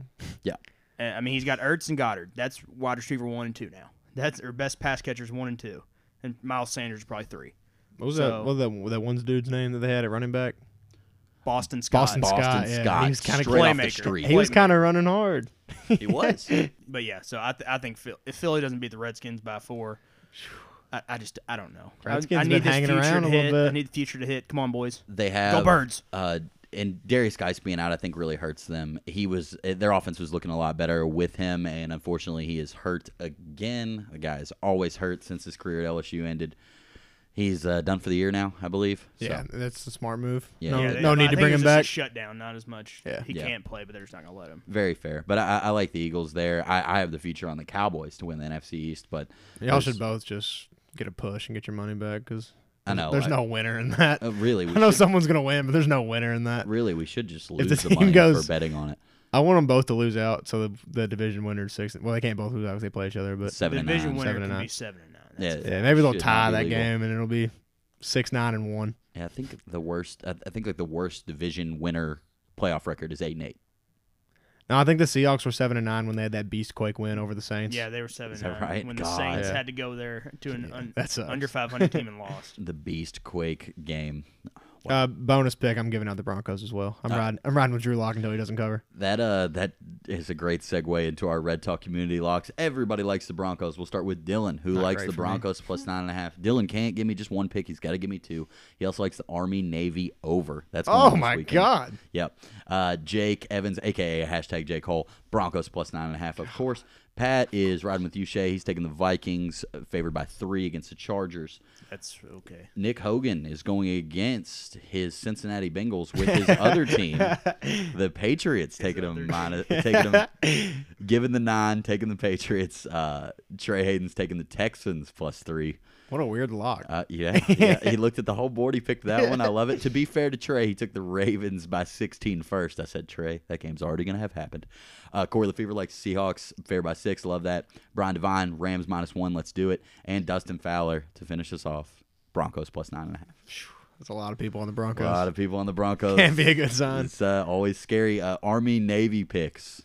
Uh, I mean, he's got Ertz and Goddard. That's wide receiver one and two now. That's their best pass catchers one and two, and Miles Sanders is probably three.
What was
So-
that? What was that, that one's dude's name that they had at running back?
Boston Scott.
Boston Scott.
Boston
yeah.
Scott,
He was kinda
straight off the
playmaker.
street.
He was kind of running hard.
He was.
But yeah, so I, th- I think Phil- if Philly doesn't beat the Redskins by four, I, I just I don't know. I-
Redskins
I,
been
need this
hanging
future
around
to
a
hit.
little
I
bit.
need the future to hit. Come on, boys.
They have
Birds.
Uh, and Darius Geis being out, I think, really hurts them. He was eh, their offense was looking a lot better with him, and unfortunately, he is hurt again. The guy is always hurt since his career at LSU ended. He's uh, done for the year now, I believe. So,
Yeah, that's a smart move.
Yeah.
no,
Yeah,
they-
no
I
need to
think
bring
it
him
was just a
back.
Shutdown, not as much.
Yeah.
he
Yeah.
can't play, but they're just not gonna let him.
very fair. But I, I like the Eagles there. I, I have the future on the Cowboys to win the NFC East, but
Y'all
there's-
should both just get a push and get your money back because
I know,
there's
I-
no winner in that.
uh, really, we
I know
should,
someone's gonna win, but there's no winner in that.
really we should just
the
lose the,
team
money
goes-
for betting on it.
I want them both to lose out, so the, the division winners six. Well, they can't both lose out because they play each other, but
The
Seven and
division
nine.
winner
seven
can
and
be
nine.
seven and nine. That's
Yeah,
it.
yeah, maybe they'll
Should not
tie
be
that
legal.
game and it'll be six nine and one.
Yeah, I think the worst. I I think like the worst division winner playoff record is eight and eight.
No, I think the Seahawks were seven and nine when they had that beast quake win over the Saints.
Yeah, they were seven
Is
and
that
nine
right?
when the
God.
Saints
Yeah.
had to go there to an un-
that sucks.
under 500 team and lost.
The Beast Quake game.
Uh, bonus pick, I'm giving out the Broncos as well. I'm riding. I'm riding with Drew Lock until he doesn't cover.
That uh, that is a great segue into our Red Talk community locks. Everybody likes the Broncos. We'll start with Dylan, who likes
great
the
for me.
Broncos plus nine and a half. Dylan can't give me just one pick; he's got to give me two. He also likes the Army Navy over. That's going on
Oh
this
my
weekend.
God!
Yep. Uh, Jake Evans, aka hashtag Jake Cole, Broncos plus nine and a half, of course. Pat is riding with you, Shay. He's taking the Vikings, uh, favored by three against the Chargers.
That's okay.
Nick Hogan is going against his Cincinnati Bengals with his other team, the Patriots, taking him, minus, taking him, giving the nine, taking the Patriots. Uh, Trey Hayden's taking the Texans plus three.
What a weird lock.
Uh, yeah, yeah, he looked at the whole board. He picked that one. I love it. To be fair to Trey, he took the Ravens by 16 first. I said, Trey, that game's already going to have happened. Uh, Corey LaFever likes Seahawks, fair by six. Love that. Brian Devine, Rams minus one. Let's do it. And Dustin Fowler to finish us off. Broncos plus nine and a half.
That's a lot of people on the
A
Broncos.
lot of people on the Broncos.
Can't be a good sign.
It's uh, always scary. Uh, Army Navy picks.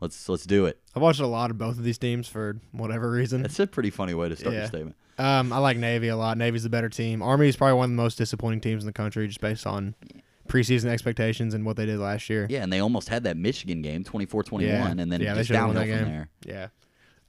Let's let's do it.
I watched a lot of both of these teams for whatever reason.
That's a pretty funny way to start your
Yeah.
statement.
Um, I like Navy a lot. Navy's the better team. Army is probably one of the most disappointing teams in the country, just based on preseason expectations and what they did last year.
Yeah, and they almost had that Michigan game, 24-21, and then
Yeah, they
just
should've
downhill
won
from
that game.
there.
Yeah.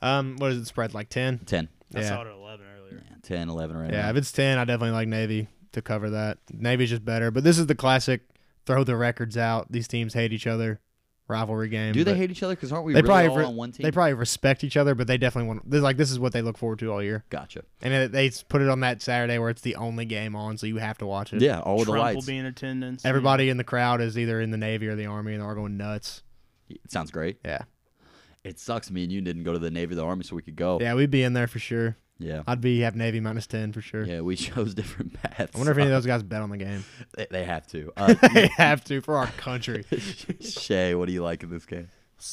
Um, what is it spread like ten?
10,
I
Yeah.
saw it at 11 earlier.
10, 11 right
Yeah,
now.
if it's ten, I definitely like Navy to cover that. Navy's just better, but this is the classic throw the records out. These teams hate each other, rivalry game.
Do they
but
hate each other? Because aren't we
They
really
probably
all
re-
on one team?
They probably respect each other, but they definitely want. This like this is what they look forward to all year,
gotcha.
and it, they s- put it on that Saturday where it's the only game on, so you have to watch it.
Yeah, all with the
Trump will
lights.
be in attendance.
Everybody in the crowd is either in the Navy or the Army, and they're all going nuts.
It sounds great.
Yeah.
It sucks me and you didn't go to the Navy, or the Army, so we could go.
Yeah, we'd be in there for sure.
Yeah.
I'd be have Navy minus 10 for sure.
Yeah, we chose different paths.
I wonder if any of those guys bet on the game.
they, they have to. Uh,
they have to for our country.
Shay, what do you like in this game?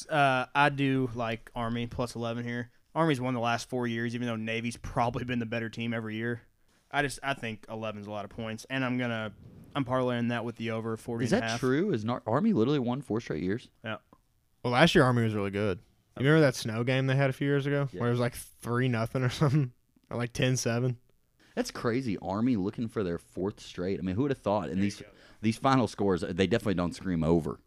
Uh, I do like Army plus 11 here. Army's won the last four years, even though Navy's probably been the better team every year. I just I think 11's a lot of points, and I'm gonna I'm parlaying that with the over 40.
Is
and a
that
half.
true? Is Nar- Army literally won four straight years?
Yeah.
Well, last year Army was really good. You remember that snow game they had a few years ago where it was like 3 nothing or something? Or like 10-7?
That's crazy. Army looking for their fourth straight. I mean, who would have thought? And these these final scores, uh, they definitely don't scream over,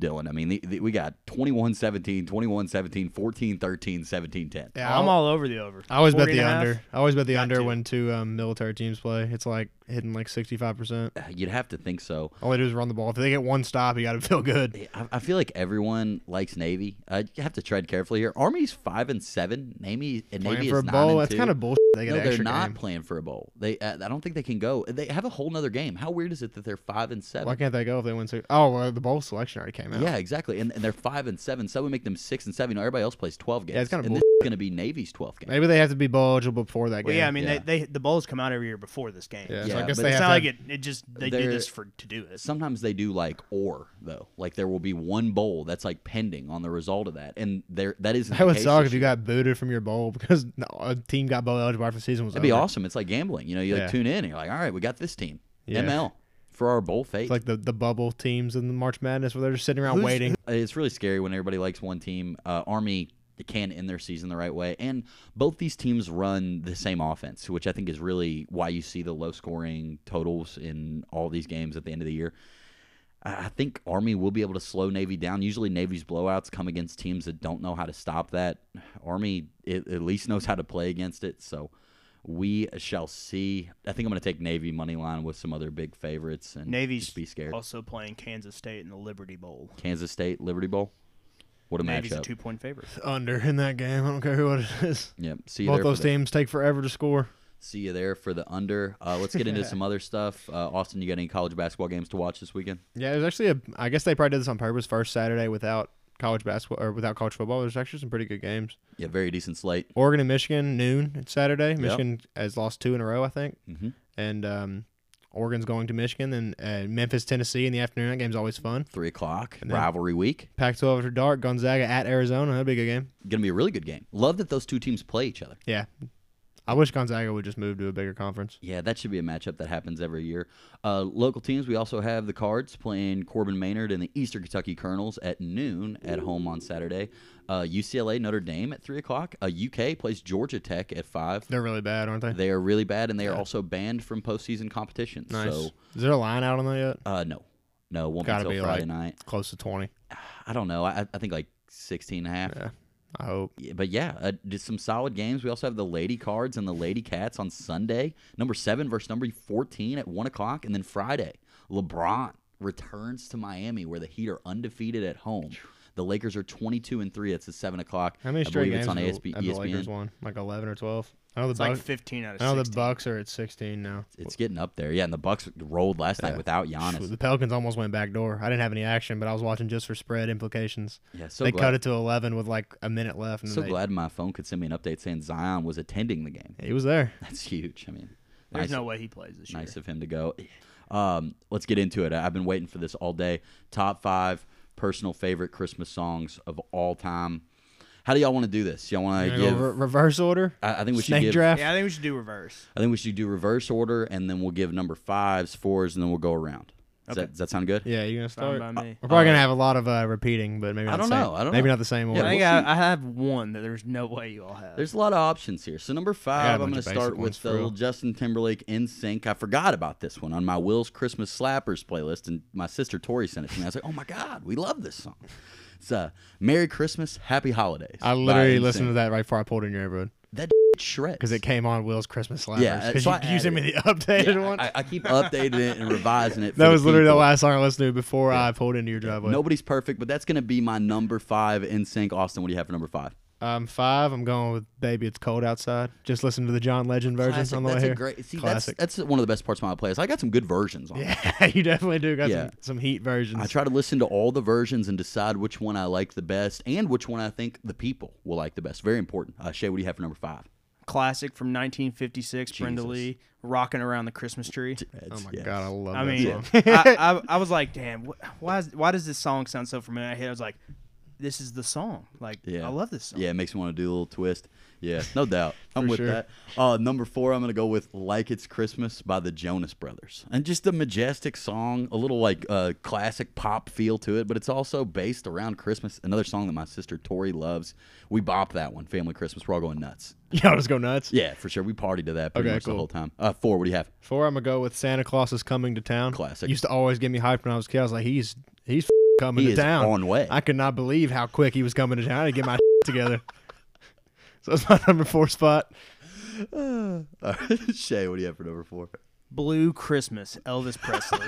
Dylan. I mean, the, the, we got 21-17, 21-17, 14-13, 17-10.
Yeah,
I'm all over the over.
I always bet
40
the
and a half.
under. I always bet the under
to.
when two um, military teams play. It's like hitting like 65%.
You'd have to think so.
All they do is run the ball. If they get one stop, you got to feel good.
I, I feel like everyone likes Navy. Uh, you have to tread carefully here. Army's five and seven. Navy and
Playing
Navy
for a
is nine
bowl,
and
that's
two.
kind of bullshit. They get
no,
an
they're
extra
not
game.
playing for a bowl. They, uh, I don't think they can go. They have a whole nother game. How weird is it that they're five and seven?
Why can't they go if they win six? Oh, well, the bowl selection already came out.
Yeah, exactly. And, and they're five and seven. So we make them six and seven. You know, everybody else plays twelve games.
Yeah, it's kinda
and this is going to be Navy's twelfth game.
Maybe they have to be bowl eligible before that game.
Well, yeah, I mean
Yeah.
They, they the bowls come out every year before this game.
Yeah,
Yeah,
so I guess
but
they
It's
have
not
to
like
have-
it, it just they
They're-
do this for to do this.
Sometimes they do like or though. Like there will be one bowl that's like pending on the result of that, and there that is.
That would suck if you got booted from your bowl because no, a team got bowl eligible after the season was
That'd be
over.
awesome. It's like gambling. You know, you like
Yeah.
tune in and you're like, all right, we got this team.
Yeah.
ML. for our bowl fate.
It's like the, the bubble teams in the March Madness where they're just sitting around
Who's-
waiting.
It's really scary when everybody likes one team. Uh, Army can end their season the right way, and both these teams run the same offense, which I think is really why you see the low scoring totals in all these games at the end of the year. I I think Army will be able to slow Navy down. Usually, Navy's blowouts come against teams that don't know how to stop that. Army it, at least knows how to play against it, so we shall see. I think I'm going to take Navy money line with some other big favorites and
Navy's
just be scared.
Also playing Kansas State in the Liberty Bowl.
Kansas State Liberty Bowl. What a
Navy's a
matchup!
two point favorite.
Under in that game. I don't care who it is.
yeah, see you
Both
there. for
those
the-
teams take forever to score.
see you there for the under. Uh, let's get into some other stuff. Uh, Austin, you got any college basketball games to watch this weekend?
Yeah, there's actually a. I guess they probably did this on purpose. First Saturday without college basketball or without college football. There's actually some pretty good games.
Yeah, very decent slate.
Oregon and Michigan noon it's Saturday. Michigan has lost two in a row, I think,
Mm-hmm.
Mhm.
and um, Oregon's going to Michigan and uh, Memphis, Tennessee in the afternoon. That game's always fun.
Three o'clock
then-
rivalry week.
Pac-12 after dark. Gonzaga at Arizona. That'd be a good game.
Gonna be a really good game. Love that those two teams play each other.
Yeah, I wish Gonzaga would just move to a bigger conference.
Yeah, that should be a matchup that happens every year. Uh, local teams, we also have the Cards playing Corbin Maynard and the Eastern Kentucky Colonels at noon at home on Saturday. Uh, UCLA Notre Dame at three o'clock. Uh, UK plays Georgia Tech at five.
They're really bad, aren't they?
They are really bad, and they are also banned from postseason competitions.
nice.
So,
Is there a line out on that yet?
uh, no, no, it won't be
Gotta
until
be,
Friday
like-
night.
Close to twenty.
I don't know. I, I think like 16 and a half.
Yeah. I hope.
Yeah, But yeah, uh, did some solid games. We also have the Lady Cards and the Lady Cats on Sunday. Number seven versus number 14 at one o'clock, and then Friday, LeBron returns to Miami, where the Heat are undefeated at home. The Lakers are 22 and three. It's at seven o'clock.
How many
I
straight
believe
games
it's on
have
ASB,
the, have the Lakers
ESPN.
won? Like eleven or twelve. I know the
It's like
Bucks.
fifteen out of
I know the
sixteen.
Bucks are at sixteen now.
It's getting up there. Yeah, and the Bucks rolled last night without Giannis.
The Pelicans almost went back door. I didn't have any action, but I was watching just for spread implications.
Yeah, so
they
glad.
cut it to eleven with like a minute left, and
So
they,
glad my phone could send me an update saying Zion was attending the game.
he was there.
That's huge. I mean, nice,
There's no way he plays this year.
nice of him to go. Um, let's get into it. I- I've been waiting for this all day. Top five personal favorite Christmas songs of all time. How do y'all want to do this? Y'all want to
You know,
give?
re- reverse order,
I, I think we should
snake
give.
draft.
Yeah, I think we should do reverse.
I think we should do reverse order, and then we'll give number fives, fours, and then we'll go around. Does, that, does that sound good?
Yeah, you're gonna
Fine
start.
by
uh, We're
me.
probably gonna have a lot of uh, repeating, but maybe not
I don't
the same,
know, I don't
maybe
know.
not the same
Yeah,
order.
I think
we'll see.
I, I have one that there's no way you all have.
There's a lot of options here. So number five,
a
I'm going
bunch
to
of basic
start
ones
with
for
the
real.
old Justin Timberlake in sync. I forgot about this one on my Will's Christmas Slappers playlist, and my sister Tori sent it to me. I was like, "Oh my God, we love this song." It's uh, "Merry Christmas, Happy Holidays."
I literally listened to that right before I pulled in your neighborhood
that shreds
because it came on Will's Christmas Slappers.
Yeah, uh,
'cause
so I
you, you sent me the updated one.
I, I keep updating it and revising it. for
that was literally
people.
the last song I listened to before I pulled into your driveway.
Nobody's perfect, but that's going to be my number five in sync. Austin, what do you have for number five?
Um, five. I'm going with "Baby It's Cold Outside." Just listen to the John Legend version
Classic.
on the way
That's
here.
a great. See, that's,
Classic.
that's one of the best parts of my playlist. I got some good versions on. it.
yeah, you definitely do got
Yeah.
some, some heat versions.
I try to listen to all the versions and decide which one I like the best and which one I think the people will like the best. Very important. Uh, Shay, what do you have for number five?
classic from 1956, Brenda
Jesus.
Lee, rocking around the Christmas tree.
oh my
Yes.
god, I love
I
that
mean,
song.
I, I, I was like, damn, wh- why is, why does this song sound so familiar? I hit- I was like, this is the song. Like,
Yeah.
I love this song.
Yeah, it makes me want to do a little twist. Yeah, no doubt. I'm with
sure.
that. Uh, number four, I'm going to go with Like It's Christmas by the Jonas Brothers. And just a majestic song, a little like uh, classic pop feel to it, but it's also based around Christmas. Another song that my sister Tori loves. We bop that one, Family Christmas. We're all going nuts.
Y'all just go nuts.
Yeah, for sure. We party to that pretty
Okay,
much the
cool.
whole time. Uh, four, what do you have?
Four, I'm gonna go with Santa Claus is coming to town.
Classic.
Used to always get me hyped when I was a kid. I was like, he's he's f- coming
He
to
is
town.
on way.
I could not believe how quick he was coming to town to get my together. So that's my number four spot.
All right, Shay, what do you have for number four?
Blue Christmas, Elvis Presley.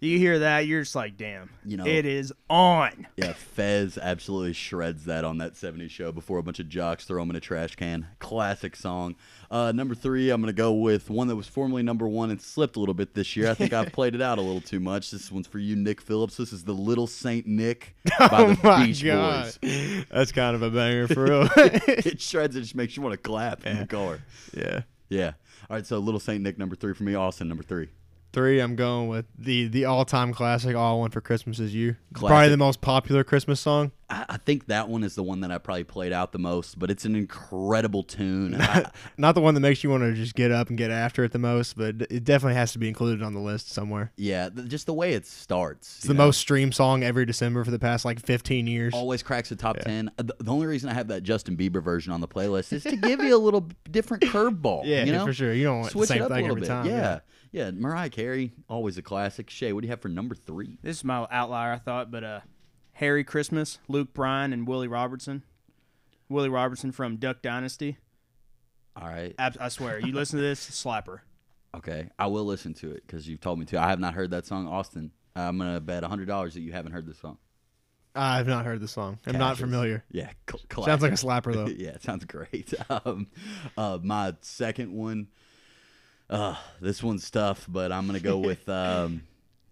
You hear that? You're just like, damn.
You know-
it is on.
Yeah, Fez absolutely shreds that on that 70s show before a bunch of jocks throw him in a trash can. Classic song. Uh, number three, I'm going to go with one that was formerly number one and slipped a little bit this year. I think I've played it out a little too much. This one's for you, Nick Phillips. This is The Little Saint Nick by the Beach Boys.
that's kind of a banger for real.
It shreds. It just makes you want to clap in the car.
yeah.
Yeah. All right, so Little Saint Nick, number three for me. Austin, number three.
Three, I'm going with the the all time classic. All I want for Christmas is you.
Classic.
Probably the most popular Christmas song.
I I think that one is the one that I probably played out the most, but it's an incredible tune. I,
Not the one that makes you want to just get up and get after it the most, but it definitely has to be included on the list somewhere.
yeah, th- just the way it starts.
It's the most streamed song every December for the past like 15 years.
always cracks the top 10. Uh, The, the only reason I have that Justin Bieber version on the playlist is to give you a little different curveball.
yeah,
you know?
for sure. You don't want the
Switch
same
it up a
thing
little
every
bit.
time.
yeah. yeah, Mariah Carey, always a classic. Shay, what do you have for number three?
This is my outlier, I thought, but uh, Harry Christmas, Luke Bryan, and Willie Robertson. Willie Robertson from Duck Dynasty.
All right.
I, I swear, you listen to this, slapper.
Okay, I will listen to it because you've told me to. I have not heard that song, Austin. I'm gonna bet hundred dollars that you haven't heard this song.
I've not heard the song. I'm not
Cashes.
familiar.
Yeah, cl-
Sounds like a
classic.
slapper though.
yeah, it sounds great. Um, uh, my second one, uh, this one's tough, but I'm gonna go with um,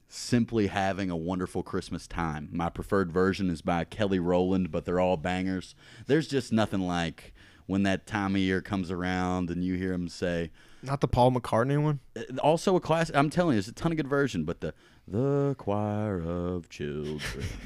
simply having a wonderful Christmas time. My preferred version is by Kelly Rowland, but they're all bangers. There's just nothing like when that time of year comes around and you hear him say,
Not the Paul McCartney one.
also a class. I'm telling you, it's a ton of good version, but the the choir of children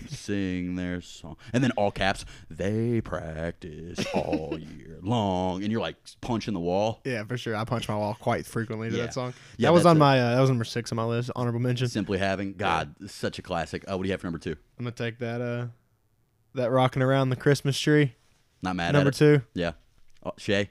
sing their song, and then all caps. They practice all year long, and you're like punching the wall.
Yeah, for sure. I punch my wall quite frequently to
Yeah.
that song.
Yeah,
that was
that's
on
a-
my uh, that was number six on my list. Honorable mention.
Simply having God, such a classic. Uh, what do you have for number two?
I'm gonna take that uh that rocking around the Christmas tree.
Not mad
number
at it.
two.
Yeah, oh, Shay.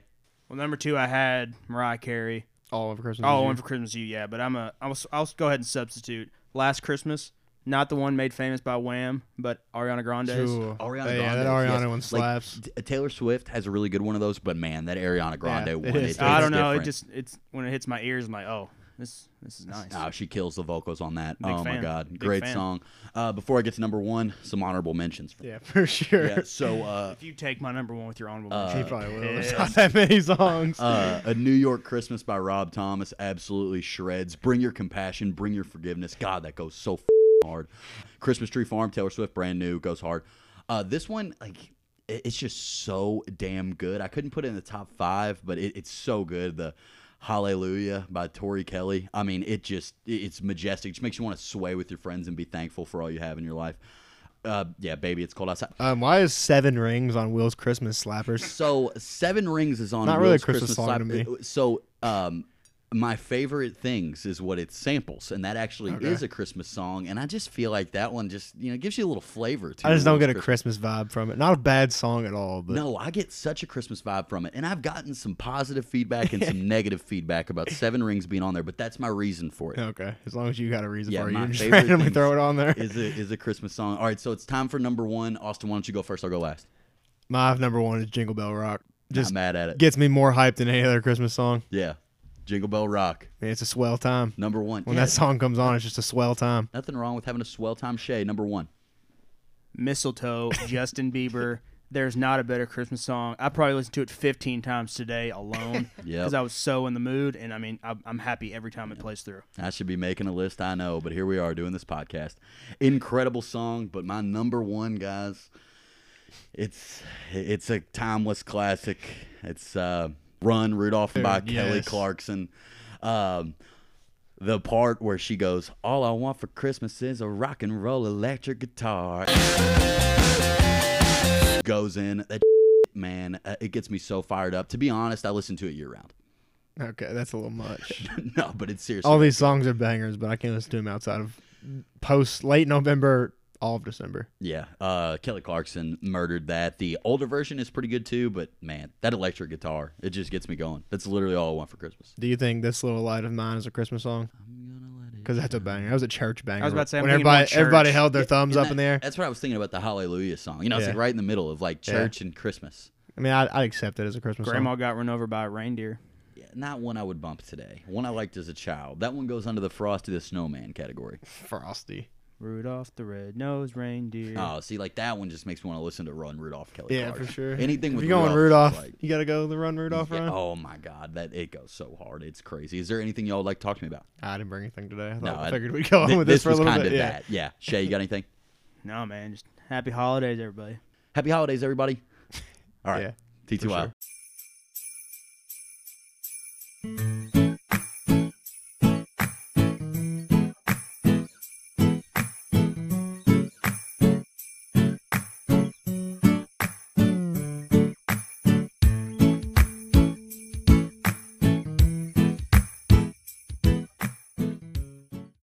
Well, number two, I had Mariah Carey.
All of Christmas.
Oh,
Eve.
one for Christmas Eve, yeah. But I'm a, I'll, s- I'll go ahead and substitute Last Christmas. Not the one made famous by Wham, but Ariana Grande's.
Ooh.
Ariana
yeah,
Grande,
that Ariana
yes.
one
Like,
slaps.
T- Taylor Swift has a really good one of those, but man, that Ariana Grande
Yeah, it
one.
is.
It,
I
it's
don't know.
different.
It just it's when it hits my ears, I'm like, oh, this this is nice.
Oh, she kills the vocals on that.
Big
oh my
fan.
god,
Big
great
fan.
song. Uh, before I get to number one, some honorable mentions.
yeah, for sure.
Yeah, so uh,
If you take my number one with your honorable
He
mention,
probably will. There's
pissed.
not that many songs.
uh, a New York Christmas by Rob Thomas absolutely shreds. Bring your compassion, bring your forgiveness. God, that goes so f- hard. Christmas Tree Farm, Taylor Swift, brand new, goes hard. Uh, this one, like, it- it's just so damn good. I couldn't put it in the top five, but it, it's so good. The Hallelujah by Tori Kelly. I mean, it just it- it's majestic. It just makes you want to sway with your friends and be thankful for all you have in your life. Uh, yeah, baby, it's cold outside.
um, why is Seven Rings on Will's Christmas Slappers?
So Seven Rings is on
Not really a
Will's
Christmas song
Slap-
to me.
So um, my favorite things is what it samples, and that actually
Okay.
is a Christmas song. And I just feel like that one just you know gives you a little flavor. to
I just don't
Will's
get a Christmas vibe from it. Not a bad song at all, but
no, I get such a Christmas vibe from it. And I've gotten some positive feedback and some negative feedback about Seven Rings being on there, but that's my reason for it.
okay. As long as you got a reason
Yeah,
for it, you
my
can just
favorite
randomly
things
throw it on there.
Is a, is a Christmas song. All right, so it's time for number one. Austin, why don't you go first? I'll go last.
My number one is Jingle Bell Rock. Just
Not mad at it.
gets me more hyped than any other Christmas song.
yeah. Jingle Bell Rock,
Man, it's a swell time.
number one.
When
Yeah,
that song comes on, it's just a swell time.
nothing wrong with having a swell time, Shay, number one.
mistletoe, Justin Bieber. There's not a better Christmas song. I probably listened to it 15 times today alone
Yep.
because I was so in the mood, and I mean, I'm, I'm happy every time it plays through.
I should be making a list, I know, but here we are doing this podcast. Incredible song, but my number one, guys. It's it's a timeless classic. It's uh, "Run" Rudolph by
Dude,
Kelly
yes.
Clarkson. Um, the part where she goes, "All I want for Christmas is a rock and roll electric guitar," goes in. That man, uh, it gets me so fired up. To be honest, I listen to it year round.
Okay, that's a little much.
no, but it's seriously.
all these songs are bangers, but I can't listen to them outside of post late November, all of December.
Yeah, uh, Kelly Clarkson murdered that. The older version is pretty good too, but man, that electric guitar, it just gets me going. That's literally all I want for Christmas.
Do you think this little light of mine is a Christmas song? Because that's a banger. That was a church banger.
about to say, I'm
when
thinking more
everybody everybody
church.
held their thumbs
And
up in the
that-
air.
That's what I was thinking about the Hallelujah song. You know, it's
Yeah.
like right in the middle of like church and Christmas.
I mean, I, I accept it as a Christmas
Grandma
song.
got run over by a reindeer.
Yeah, not one I would bump today. One I liked as a child. That one goes under the Frosty the Snowman category.
Frosty.
Rudolph the red-nosed reindeer.
Oh, see, like that one just makes me want to listen to Run Rudolph Kelly.
Yeah,
Clarkson.
for sure.
Anything
if
with
you're going
Rudolph.
Rudolph,
is like-
you gotta go the run Rudolph
Yeah,
run.
oh my God, that it goes so hard. It's crazy. Is there anything y'all would like to talk to me about?
I didn't bring anything today. I, thought,
No,
I
I-
figured we'd go on
Th-
with this, for a
was
little
kinda
bit. Yeah.
that. Yeah. Shay, you got anything?
No, man, just happy holidays, everybody.
Happy holidays, everybody. All right.
Yeah,
T2I.
for sure.